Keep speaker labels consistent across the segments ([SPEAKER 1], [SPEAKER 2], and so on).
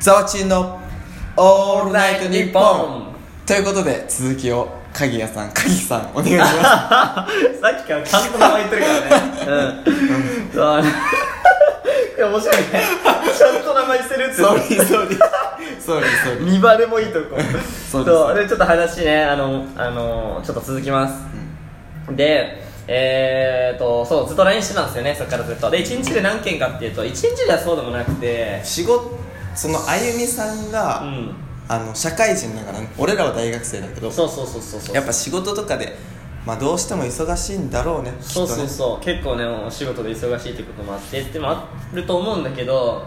[SPEAKER 1] ザワチンのオールナイトニッポンということで続きを鍵谷さん鍵さんお願いしま
[SPEAKER 2] さっきから監督の名前言ってるからね。うん。そうあのいや、面白いね。ちゃんと名前してる って
[SPEAKER 1] すソー リーソーリーソーリーソーリー
[SPEAKER 2] 見バレもいいとこ。
[SPEAKER 1] そうです
[SPEAKER 2] そう。で、ちょっと話ね、あの、あの、ちょっと続きます。で、えーと、そう、ずっと LINE してたんですよね、そっからずっと。で、1日で何件かっていうと、1日ではそうでもなくて、
[SPEAKER 1] 仕事そのあゆみさんが、
[SPEAKER 2] うん。
[SPEAKER 1] あの社会人だからね俺らは大学生だけど
[SPEAKER 2] そうそうそうそうそう。
[SPEAKER 1] やっぱ仕事とかでまあどうしても忙しいんだろうね
[SPEAKER 2] そうそう
[SPEAKER 1] きっ
[SPEAKER 2] そう、結構ねお仕事で忙しいってこともあってでもあると思うんだけど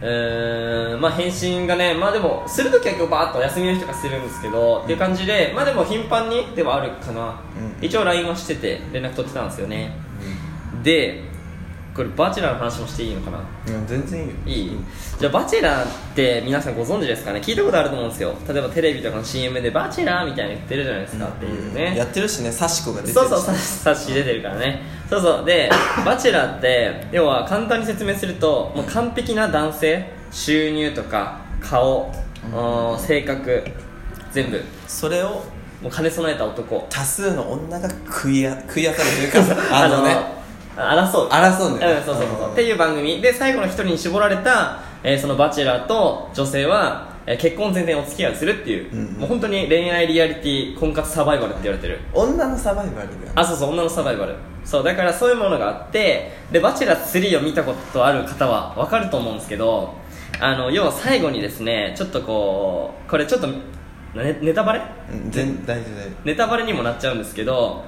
[SPEAKER 2] うーんまあ返信がねまあでもするときは今日バーっと休みの日とかするんですけど、っていう感じでまあでも頻繁にではあるかな、
[SPEAKER 1] うん
[SPEAKER 2] 一応 LINE はしてて連絡取ってたんですよね
[SPEAKER 1] とね
[SPEAKER 2] でこれバチェラーの話もしていいのかな
[SPEAKER 1] うんいや全然いいよ
[SPEAKER 2] いいじゃあ「バチェラー」って皆さんご存知ですかね聞いたことあると思うんですよ例えばテレビとかの CM で「バチェラー」みたいなの言ってるじゃないですかっていうね、
[SPEAKER 1] んやってるしねサシコが出てるし
[SPEAKER 2] そうそうサッサッシー出てるからねそうそうで「バチェラー」って要は簡単に説明するともう完璧な男性収入とか顔、うん性格全部
[SPEAKER 1] それを
[SPEAKER 2] もう兼ね備えた男
[SPEAKER 1] 多数の女が食いあ食い当たるという かあのね
[SPEAKER 2] あの争う
[SPEAKER 1] 争うんだよね
[SPEAKER 2] うんそうそうそうそ
[SPEAKER 1] う
[SPEAKER 2] う
[SPEAKER 1] ん
[SPEAKER 2] っていう番組で最後の一人に絞られた、えーそのバチェラーと女性は、えー結婚前提にお付き合いをするっていう、
[SPEAKER 1] うんうん
[SPEAKER 2] もう本当に恋愛リアリティ婚活サバイバルって言われてる
[SPEAKER 1] 女のサバイバルだよね
[SPEAKER 2] あそうそう女のサバイバルそうだからそういうものがあってで「バチェラー3」を見たことある方は分かると思うんですけどあの要は最後にですねちょっとこうこれちょっとネネタバレ
[SPEAKER 1] うん全大丈夫大丈
[SPEAKER 2] ネタバレにもなっちゃうんですけど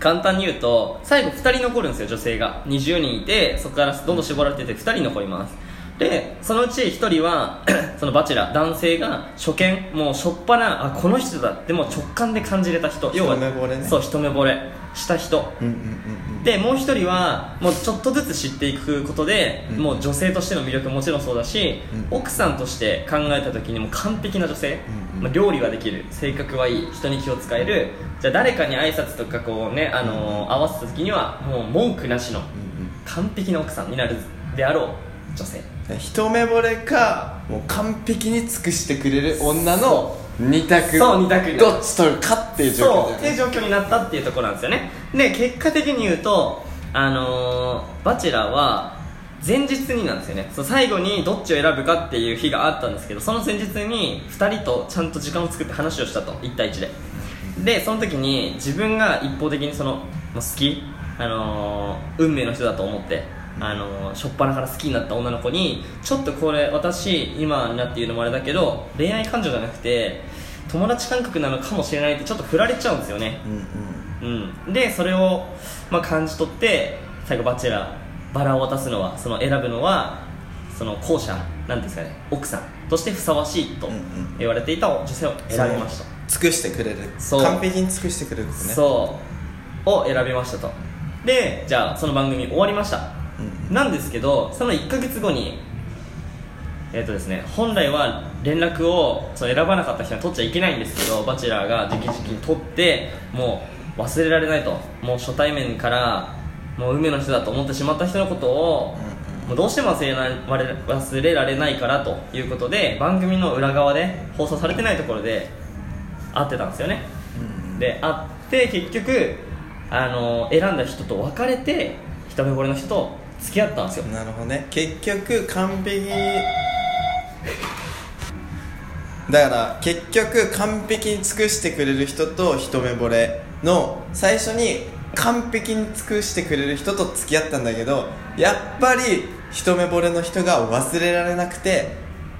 [SPEAKER 2] 簡単に言うと最後2人残るんですよ女性が20人いてそこからどんどん絞られてて2人残りますでそのうち1人は そのバチェラー男性が初見もうしょっぱなあこの人だってもう直感で感じれた人要は
[SPEAKER 1] 一目惚れね
[SPEAKER 2] そう一目惚れした人
[SPEAKER 1] 夫うんうんうんうん
[SPEAKER 2] でもう一人はもうちょっとずつ知っていくことで、
[SPEAKER 1] うん
[SPEAKER 2] もう女性としての魅力ももちろんそうだし、
[SPEAKER 1] うん
[SPEAKER 2] 奥さんとして考えた時にも完璧な女性、
[SPEAKER 1] うんうん
[SPEAKER 2] まあ、料理ができる性格はいい人に気を使えるじゃあ誰かに挨拶とかこうね、あのー合わせた時にはもう文句なしの
[SPEAKER 1] うん
[SPEAKER 2] 完璧な奥さんになるであろう女性
[SPEAKER 1] うん一目惚れかもう完璧に尽くしてくれる女の二択
[SPEAKER 2] そう二択
[SPEAKER 1] どっち取るかっていう状況
[SPEAKER 2] そうっ
[SPEAKER 1] だ
[SPEAKER 2] ていう
[SPEAKER 1] よね
[SPEAKER 2] 状況になったっていうところなんですよねで結果的に言うとあのーバチェラーは前日になんですよねそう最後にどっちを選ぶかっていう日があったんですけどその前日に2人とちゃんと時間を作って話をしたと1対1ででその時に自分が一方的にそのもう好き、あのー運命の人だと思って、あのー、初っ端から好きになった女の子にちょっとこれ私今になって言うのもあれだけど恋愛感情じゃなくて友達感覚なのかもしれないってちょっと振られちゃうんですよね、
[SPEAKER 1] うんうん
[SPEAKER 2] うん、でそれを、まあ、感じ取って最後バチェラーバラを渡すのはその選ぶのはその後者なんですかね奥さんとしてふさわしいと
[SPEAKER 1] うんうん
[SPEAKER 2] 言われていた女性を選びました、
[SPEAKER 1] 尽くしてくれる
[SPEAKER 2] そう
[SPEAKER 1] 完璧に尽くしてくれることね
[SPEAKER 2] そうを選びましたとでじゃあその番組終わりました
[SPEAKER 1] うんうん
[SPEAKER 2] なんですけどその1ヶ月後にえっ、とですね本来は連絡をその選ばなかった人に取っちゃいけないんですけどバチェラーが直々に取ってもう忘れられないともう初対面からもう運命の人だと思ってしまった人のことを
[SPEAKER 1] うんうん
[SPEAKER 2] もうどうしても忘れられ忘れられないからということで番組の裏側で放送されてないところで会ってたんですよね
[SPEAKER 1] うんうん
[SPEAKER 2] で会って結局あの選んだ人と別れて一目惚れの人と付き合ったんですよ
[SPEAKER 1] なるほどね結局完璧だから結局完璧に尽くしてくれる人と一目惚れの最初に完璧に尽くしてくれる人と付き合ったんだけどやっぱり一目惚れの人が忘れられなくて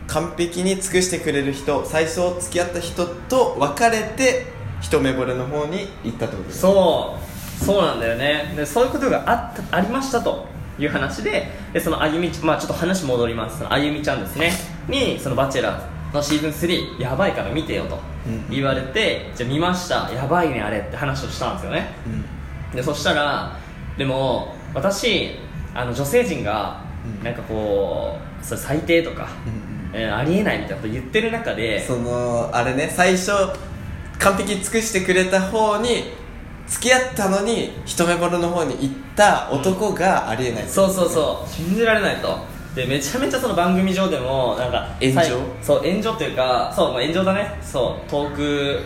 [SPEAKER 1] 完璧に尽くしてくれる人最初付き合った人と別れて一目惚れの方に行ったってことう
[SPEAKER 2] そうそうなんだよねでそういうことがあったありましたという話ででそのあゆみちまあちょっと話戻りますそのあゆみちゃんですねに「そのバチェラー」のシーズン3やばいから見てよと
[SPEAKER 1] うん
[SPEAKER 2] 言われて、じゃあ見ましたやばいねあれって話をしたんですよね
[SPEAKER 1] うん
[SPEAKER 2] でそしたらでも私あの女性陣が
[SPEAKER 1] うん
[SPEAKER 2] なんかこうそれ最低とか、
[SPEAKER 1] うん
[SPEAKER 2] えーありえないみたいなこと言ってる中で
[SPEAKER 1] そのあれね最初完璧に尽くしてくれた方に付き合ったのに一目惚れの方に行った男がありえない、
[SPEAKER 2] そうそうそう信じられないとでめちゃめちゃその番組上でもなんか
[SPEAKER 1] 炎上
[SPEAKER 2] 最後そう炎上というかそうもう炎上だねそうトーク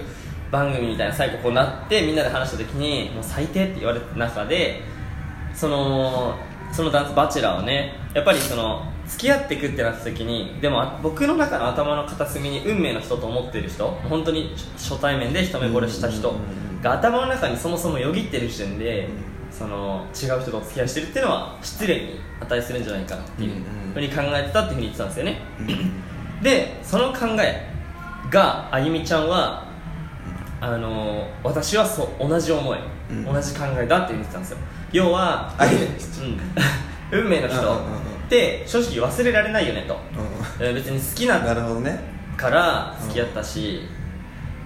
[SPEAKER 2] 番組みたいな最後こうなってみんなで話した時にもう最低って言われた中でそのそのダンスバチェラーをねやっぱりその付き合っていくってなった時にでもあ僕の中の頭の片隅に運命の人と思ってる人本当に初初対面で一目惚れした人が頭の中にそもそもよぎってる時点でその違う人とお付き合いしてるっていうのは失礼に値するんじゃないかなっていうふうに考えてたっていうふうに言ってたんですよねでその考えがあゆみちゃんはあの私はそう同じ思い、
[SPEAKER 1] うん
[SPEAKER 2] 同じ考えだって言ってたんですよ要は
[SPEAKER 1] あゆみ
[SPEAKER 2] うん、運命の人
[SPEAKER 1] うんうんうんうん
[SPEAKER 2] って正直忘れられないよねと
[SPEAKER 1] う
[SPEAKER 2] えー別に好きなんん
[SPEAKER 1] な
[SPEAKER 2] だ
[SPEAKER 1] るほどね
[SPEAKER 2] から付き合ったし、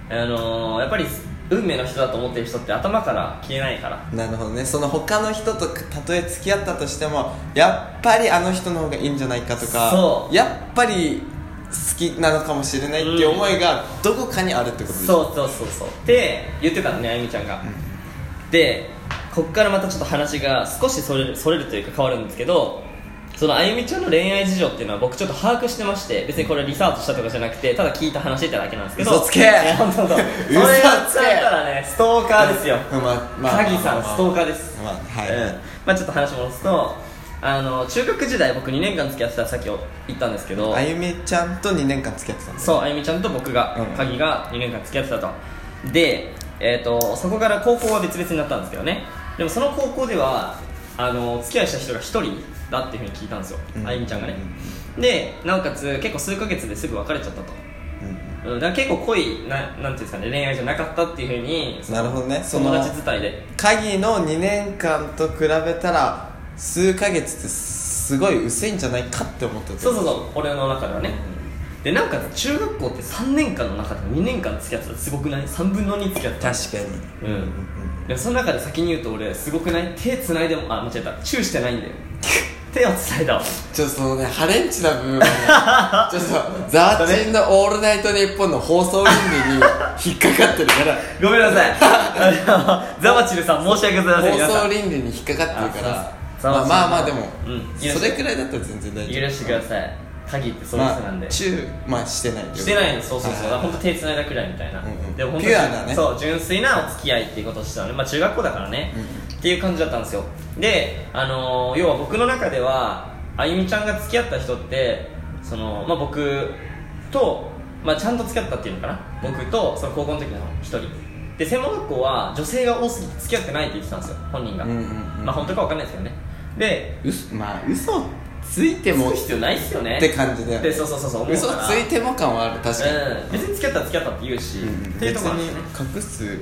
[SPEAKER 2] あのーやっぱり運命の人だと思ってる人って頭から消えないから
[SPEAKER 1] なるほどねその他の人とたとえ付き合ったとしてもやっぱりあの人の方がいいんじゃないかとか
[SPEAKER 2] そう
[SPEAKER 1] やっぱり好きなのかもしれないっていう思いがどこかにあるってことです
[SPEAKER 2] そうそうそうそうって言ってたのねあゆみちゃんが、でこっからまたちょっと話が少しそれるそれるというか変わるんですけどそのあゆみちゃんの恋愛事情っていうのは僕ちょっと把握してまして別にこれリサーチしたとかじゃなくてただ聞いた話ってだけなんですけど
[SPEAKER 1] 嘘つけ
[SPEAKER 2] いや本当本当
[SPEAKER 1] 嘘つけ
[SPEAKER 2] それやっちゃったらねストーカーですよ
[SPEAKER 1] まあまあまあ
[SPEAKER 2] 鍵さんストーカーです
[SPEAKER 1] まあはい、
[SPEAKER 2] うんまあ、ちょっと話戻すとあの中学時代僕2年間付き合ってたさっき言ったんですけど
[SPEAKER 1] あゆみちゃんと2年間付き合ってたんです
[SPEAKER 2] そうあゆみちゃんと僕が、
[SPEAKER 1] うん
[SPEAKER 2] 鍵が2年間付き合ってたとで、えー、とそこから高校は別々になったんですけどねでもその高校ではあの付き合いした人が1人だっていうふうに聞いたんですよ、
[SPEAKER 1] うん
[SPEAKER 2] あゆみちゃんがね、でなおかつ結構数ヶ月ですぐ別れちゃったと
[SPEAKER 1] うん
[SPEAKER 2] うんだから結構濃いななんていうんですかね恋愛じゃなかったっていうふうにその
[SPEAKER 1] なるほどねその
[SPEAKER 2] 友達伝いで
[SPEAKER 1] 鍵の2年間と比べたら数ヶ月ってすごい薄いんじゃないかって思ってた
[SPEAKER 2] そうそうそう俺の中ではね、でなんか中学校って3年間の中で2年間付き合ってたらすごくない3分の2付き合ってた
[SPEAKER 1] 確かに
[SPEAKER 2] うん、でもその中で先に言うと俺すごくない手繋いでもあ間違えたチューしてないんだよ 手を繋いだわ
[SPEAKER 1] ちょっとそのねハレンチな部分 はねちょっとザーチンの「オールナイトニッポン」の放送倫理に引っかかってるから
[SPEAKER 2] ごめんなさいあのザワチルさん申し訳ございません皆
[SPEAKER 1] 放
[SPEAKER 2] さ
[SPEAKER 1] 送倫理に引っかかってるから
[SPEAKER 2] あそうそ
[SPEAKER 1] まあ
[SPEAKER 2] う
[SPEAKER 1] まあまあでも、
[SPEAKER 2] うん
[SPEAKER 1] それくらいだったら全然大
[SPEAKER 2] ん許
[SPEAKER 1] 丈夫
[SPEAKER 2] してください鍵ってそういう人
[SPEAKER 1] ま
[SPEAKER 2] なんで、
[SPEAKER 1] あチューまあしてないけど
[SPEAKER 2] してないのそうそうそう、
[SPEAKER 1] はい
[SPEAKER 2] 本当手繋いだくらいみたいな、
[SPEAKER 1] うんうん
[SPEAKER 2] でも本当
[SPEAKER 1] ピュアなね
[SPEAKER 2] そう純粋なお付き合いっていうことをしてたので、まあ、中学校だからね、
[SPEAKER 1] う
[SPEAKER 2] っていう感じだったんですよで、あのー要は僕の中ではあゆみちゃんが付き合った人ってその、まあ、僕と、まあ、ちゃんと付き合ったっていうのかな僕とその高校の時の一人で専門学校は女性が多すぎて付き合ってないって言ってたんですよ本人が、
[SPEAKER 1] うんうんうん
[SPEAKER 2] まあ本当かわかんないですけどねで
[SPEAKER 1] 嘘まあ嘘ついても
[SPEAKER 2] つく必要ないっすよね
[SPEAKER 1] って感じだよね
[SPEAKER 2] でそうそうそうそう思う
[SPEAKER 1] 嘘つ
[SPEAKER 2] から
[SPEAKER 1] いても感はある確かに、
[SPEAKER 2] うん、別に付き合ったら付き合ったって言うし、っていうところなんですね
[SPEAKER 1] 隠す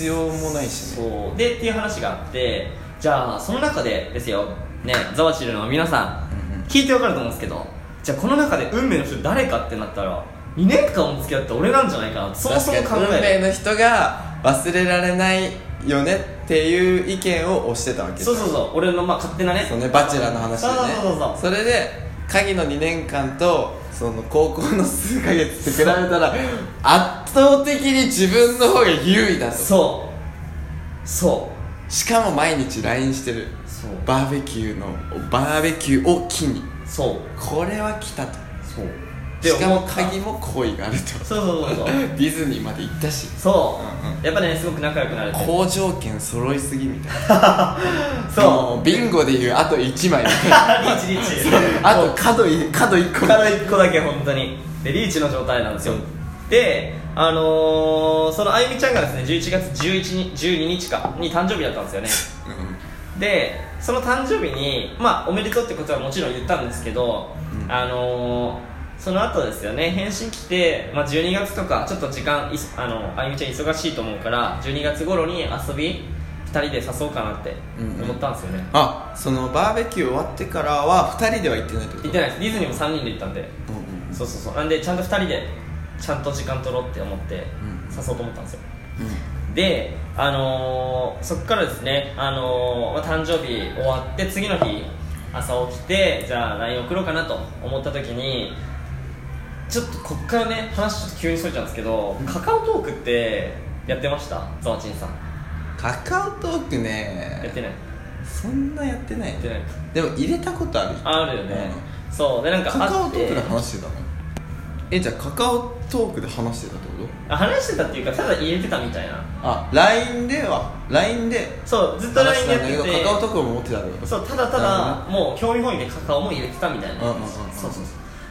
[SPEAKER 1] 必要もないしね
[SPEAKER 2] そうでっていう話があってじゃあその中でですよねざわちるの皆さ
[SPEAKER 1] うんうん
[SPEAKER 2] ん聞いてわかると思うんですけどじゃあこの中で運命の人誰かってなったら2年間も付き合った俺なんじゃないかなそもそも考
[SPEAKER 1] 確かに
[SPEAKER 2] え
[SPEAKER 1] 運命の人が忘れられないよねっていう意見を推してたわけ
[SPEAKER 2] る
[SPEAKER 1] だ
[SPEAKER 2] そうそうそう俺のまあ勝手なね
[SPEAKER 1] そうねバチェラーの話でね
[SPEAKER 2] そうそうそ
[SPEAKER 1] そ
[SPEAKER 2] う
[SPEAKER 1] れで鍵の2年間とその高校の数ヶ月って比べたら圧倒的に自分の方が優位だと
[SPEAKER 2] そうそう
[SPEAKER 1] しかも毎日 LINE してる
[SPEAKER 2] そう
[SPEAKER 1] バーベキューのバーベキューを機に
[SPEAKER 2] そう
[SPEAKER 1] これは来たと
[SPEAKER 2] そうって
[SPEAKER 1] しか
[SPEAKER 2] 思
[SPEAKER 1] も
[SPEAKER 2] った
[SPEAKER 1] 鍵も好意があると
[SPEAKER 2] そうそうそうそ う
[SPEAKER 1] ディズニーまで行ったし
[SPEAKER 2] そ
[SPEAKER 1] う
[SPEAKER 2] う、
[SPEAKER 1] んう
[SPEAKER 2] やっぱねすごく仲良くなれて
[SPEAKER 1] 好条件揃いすぎみたいな
[SPEAKER 2] そう
[SPEAKER 1] もうビンゴでいうあと1枚みたい な
[SPEAKER 2] リーチリーチ
[SPEAKER 1] あと角い角1個
[SPEAKER 2] 体1個だけ本当にでリーチの状態なんですよであのー、そのあゆみちゃんがですね11月11日12日かに誕生日だったんですよね
[SPEAKER 1] う
[SPEAKER 2] でその誕生日にまあおめでとうってことはもちろん言ったんですけど、
[SPEAKER 1] うん
[SPEAKER 2] あのーその後ですよね返信来て、まあ、12月とかちょっと時間いそあのあゆみちゃん忙しいと思うから12月頃に遊び2人で誘おうかなって思ったんですよね、
[SPEAKER 1] あそのバーベキュー終わってからは2人では行ってないってこと
[SPEAKER 2] 行ってないですディズニーも3人で行ったんで
[SPEAKER 1] うんうん
[SPEAKER 2] そうそうそうなんでちゃんと2人でちゃんと時間取ろうって思って
[SPEAKER 1] ん
[SPEAKER 2] 誘おうと思ったんですよであのーそっからですねあのーまあ誕生日終わって次の日朝起きてじゃあ LINE 送ろうかなと思った時にちょっとこっからね話ちょっと急にそれちゃうんですけどカカオトークってやってましたザワチンさん
[SPEAKER 1] カカオトーク
[SPEAKER 2] やって
[SPEAKER 1] ね
[SPEAKER 2] ない
[SPEAKER 1] そんなやってない
[SPEAKER 2] やってない
[SPEAKER 1] でも入れたことある
[SPEAKER 2] あるよね、
[SPEAKER 1] うん
[SPEAKER 2] そうでなんか
[SPEAKER 1] カカ
[SPEAKER 2] あ
[SPEAKER 1] オ
[SPEAKER 2] っ
[SPEAKER 1] トー
[SPEAKER 2] て
[SPEAKER 1] クで話してたのえじゃあカカオトークで話してたってこと
[SPEAKER 2] あ話してたっていうかただ言えてたみたいな
[SPEAKER 1] あ LINE では LINE で
[SPEAKER 2] そうずっと
[SPEAKER 1] 話し
[SPEAKER 2] LINE
[SPEAKER 1] て
[SPEAKER 2] や
[SPEAKER 1] たんだけ
[SPEAKER 2] っ
[SPEAKER 1] ど
[SPEAKER 2] てて
[SPEAKER 1] カカオトークも持ってたんだよ
[SPEAKER 2] そうただただもう興味本位でカカオも入れてたみたいな
[SPEAKER 1] うんうんうんうん
[SPEAKER 2] そうそうそう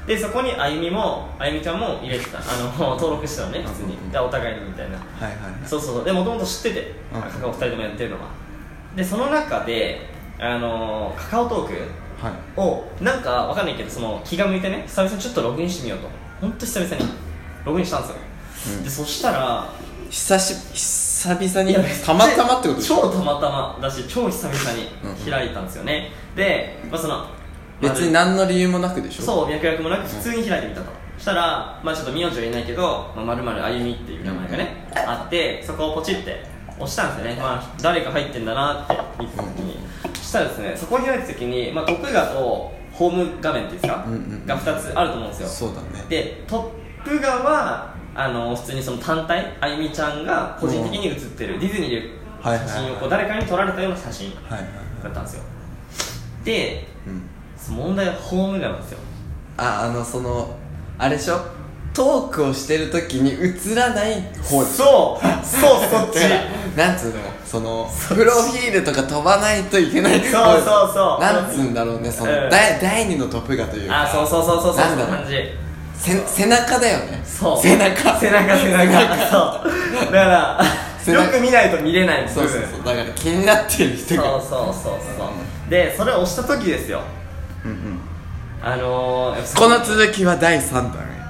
[SPEAKER 2] でそこにあゆみもあゆみちゃんも入れてたあの登録してたのね普通
[SPEAKER 1] うんうんうん
[SPEAKER 2] にでお互いにみたいな
[SPEAKER 1] はいはいはい
[SPEAKER 2] そうそうそうでもともと知ってて
[SPEAKER 1] うん
[SPEAKER 2] カカオ2人ともやってるのはでその中であのカカオトー
[SPEAKER 1] はい
[SPEAKER 2] クをなんかわかんないけどその気が向いてね久々にちょっとログインしてみようと本当久々にログインしたんですよ、
[SPEAKER 1] うん
[SPEAKER 2] でそしたら
[SPEAKER 1] 久し久々
[SPEAKER 2] い
[SPEAKER 1] に
[SPEAKER 2] や
[SPEAKER 1] たまたまってことでしょ
[SPEAKER 2] 超たまたまだし超久々
[SPEAKER 1] うん
[SPEAKER 2] に開いたんですよね、で、まあ、その
[SPEAKER 1] 別に
[SPEAKER 2] まあ
[SPEAKER 1] 何の理由もなくでしょ
[SPEAKER 2] そう脈絡もなく普通に開いてみたと、したら、まあ、ちょっと名字は言えないけど「まる、まるあゆみ」っていう名前がね、あってそこをポチって押したんですよね、まあ、誰か入ってんだなって見た時に、そしたらですねそこを開いた時に、まあ、トップ画とホーム画面っていうんですか、
[SPEAKER 1] うんうんうん
[SPEAKER 2] が2つあると思うんですよ
[SPEAKER 1] そうだね
[SPEAKER 2] でトップ画はあの普通にその単体あゆみちゃんが個人的に写ってるディズニーで
[SPEAKER 1] はいはい
[SPEAKER 2] 写真をこう誰かに撮られたような写真
[SPEAKER 1] はいはいは
[SPEAKER 2] だっ
[SPEAKER 1] い
[SPEAKER 2] たんですよで
[SPEAKER 1] うん
[SPEAKER 2] 問題はホーム画なんですよ
[SPEAKER 1] ああのそのあれでしょトークをしてる時に映らない方
[SPEAKER 2] そう
[SPEAKER 1] でしょ
[SPEAKER 2] そうそっ ち
[SPEAKER 1] なんつうのそのプロフィールとか飛ばないといけない
[SPEAKER 2] そうそうそう
[SPEAKER 1] なんつうんだろうねその、
[SPEAKER 2] うん
[SPEAKER 1] 第第二のトップがというか
[SPEAKER 2] あそうそうそうそうそう
[SPEAKER 1] な
[SPEAKER 2] そ
[SPEAKER 1] ん
[SPEAKER 2] ん
[SPEAKER 1] だ
[SPEAKER 2] な
[SPEAKER 1] ろう
[SPEAKER 2] 感じ
[SPEAKER 1] せ背中だよね
[SPEAKER 2] そう
[SPEAKER 1] 背中
[SPEAKER 2] 背中背中そうだから
[SPEAKER 1] 背中
[SPEAKER 2] よく見ないと見れない部
[SPEAKER 1] そう
[SPEAKER 2] 分
[SPEAKER 1] そうそうだから気になってる人
[SPEAKER 2] そ
[SPEAKER 1] が
[SPEAKER 2] うそうそうそうでそれを押した時ですよ
[SPEAKER 1] うんうん
[SPEAKER 2] あのー、
[SPEAKER 1] この続きは第3弾へ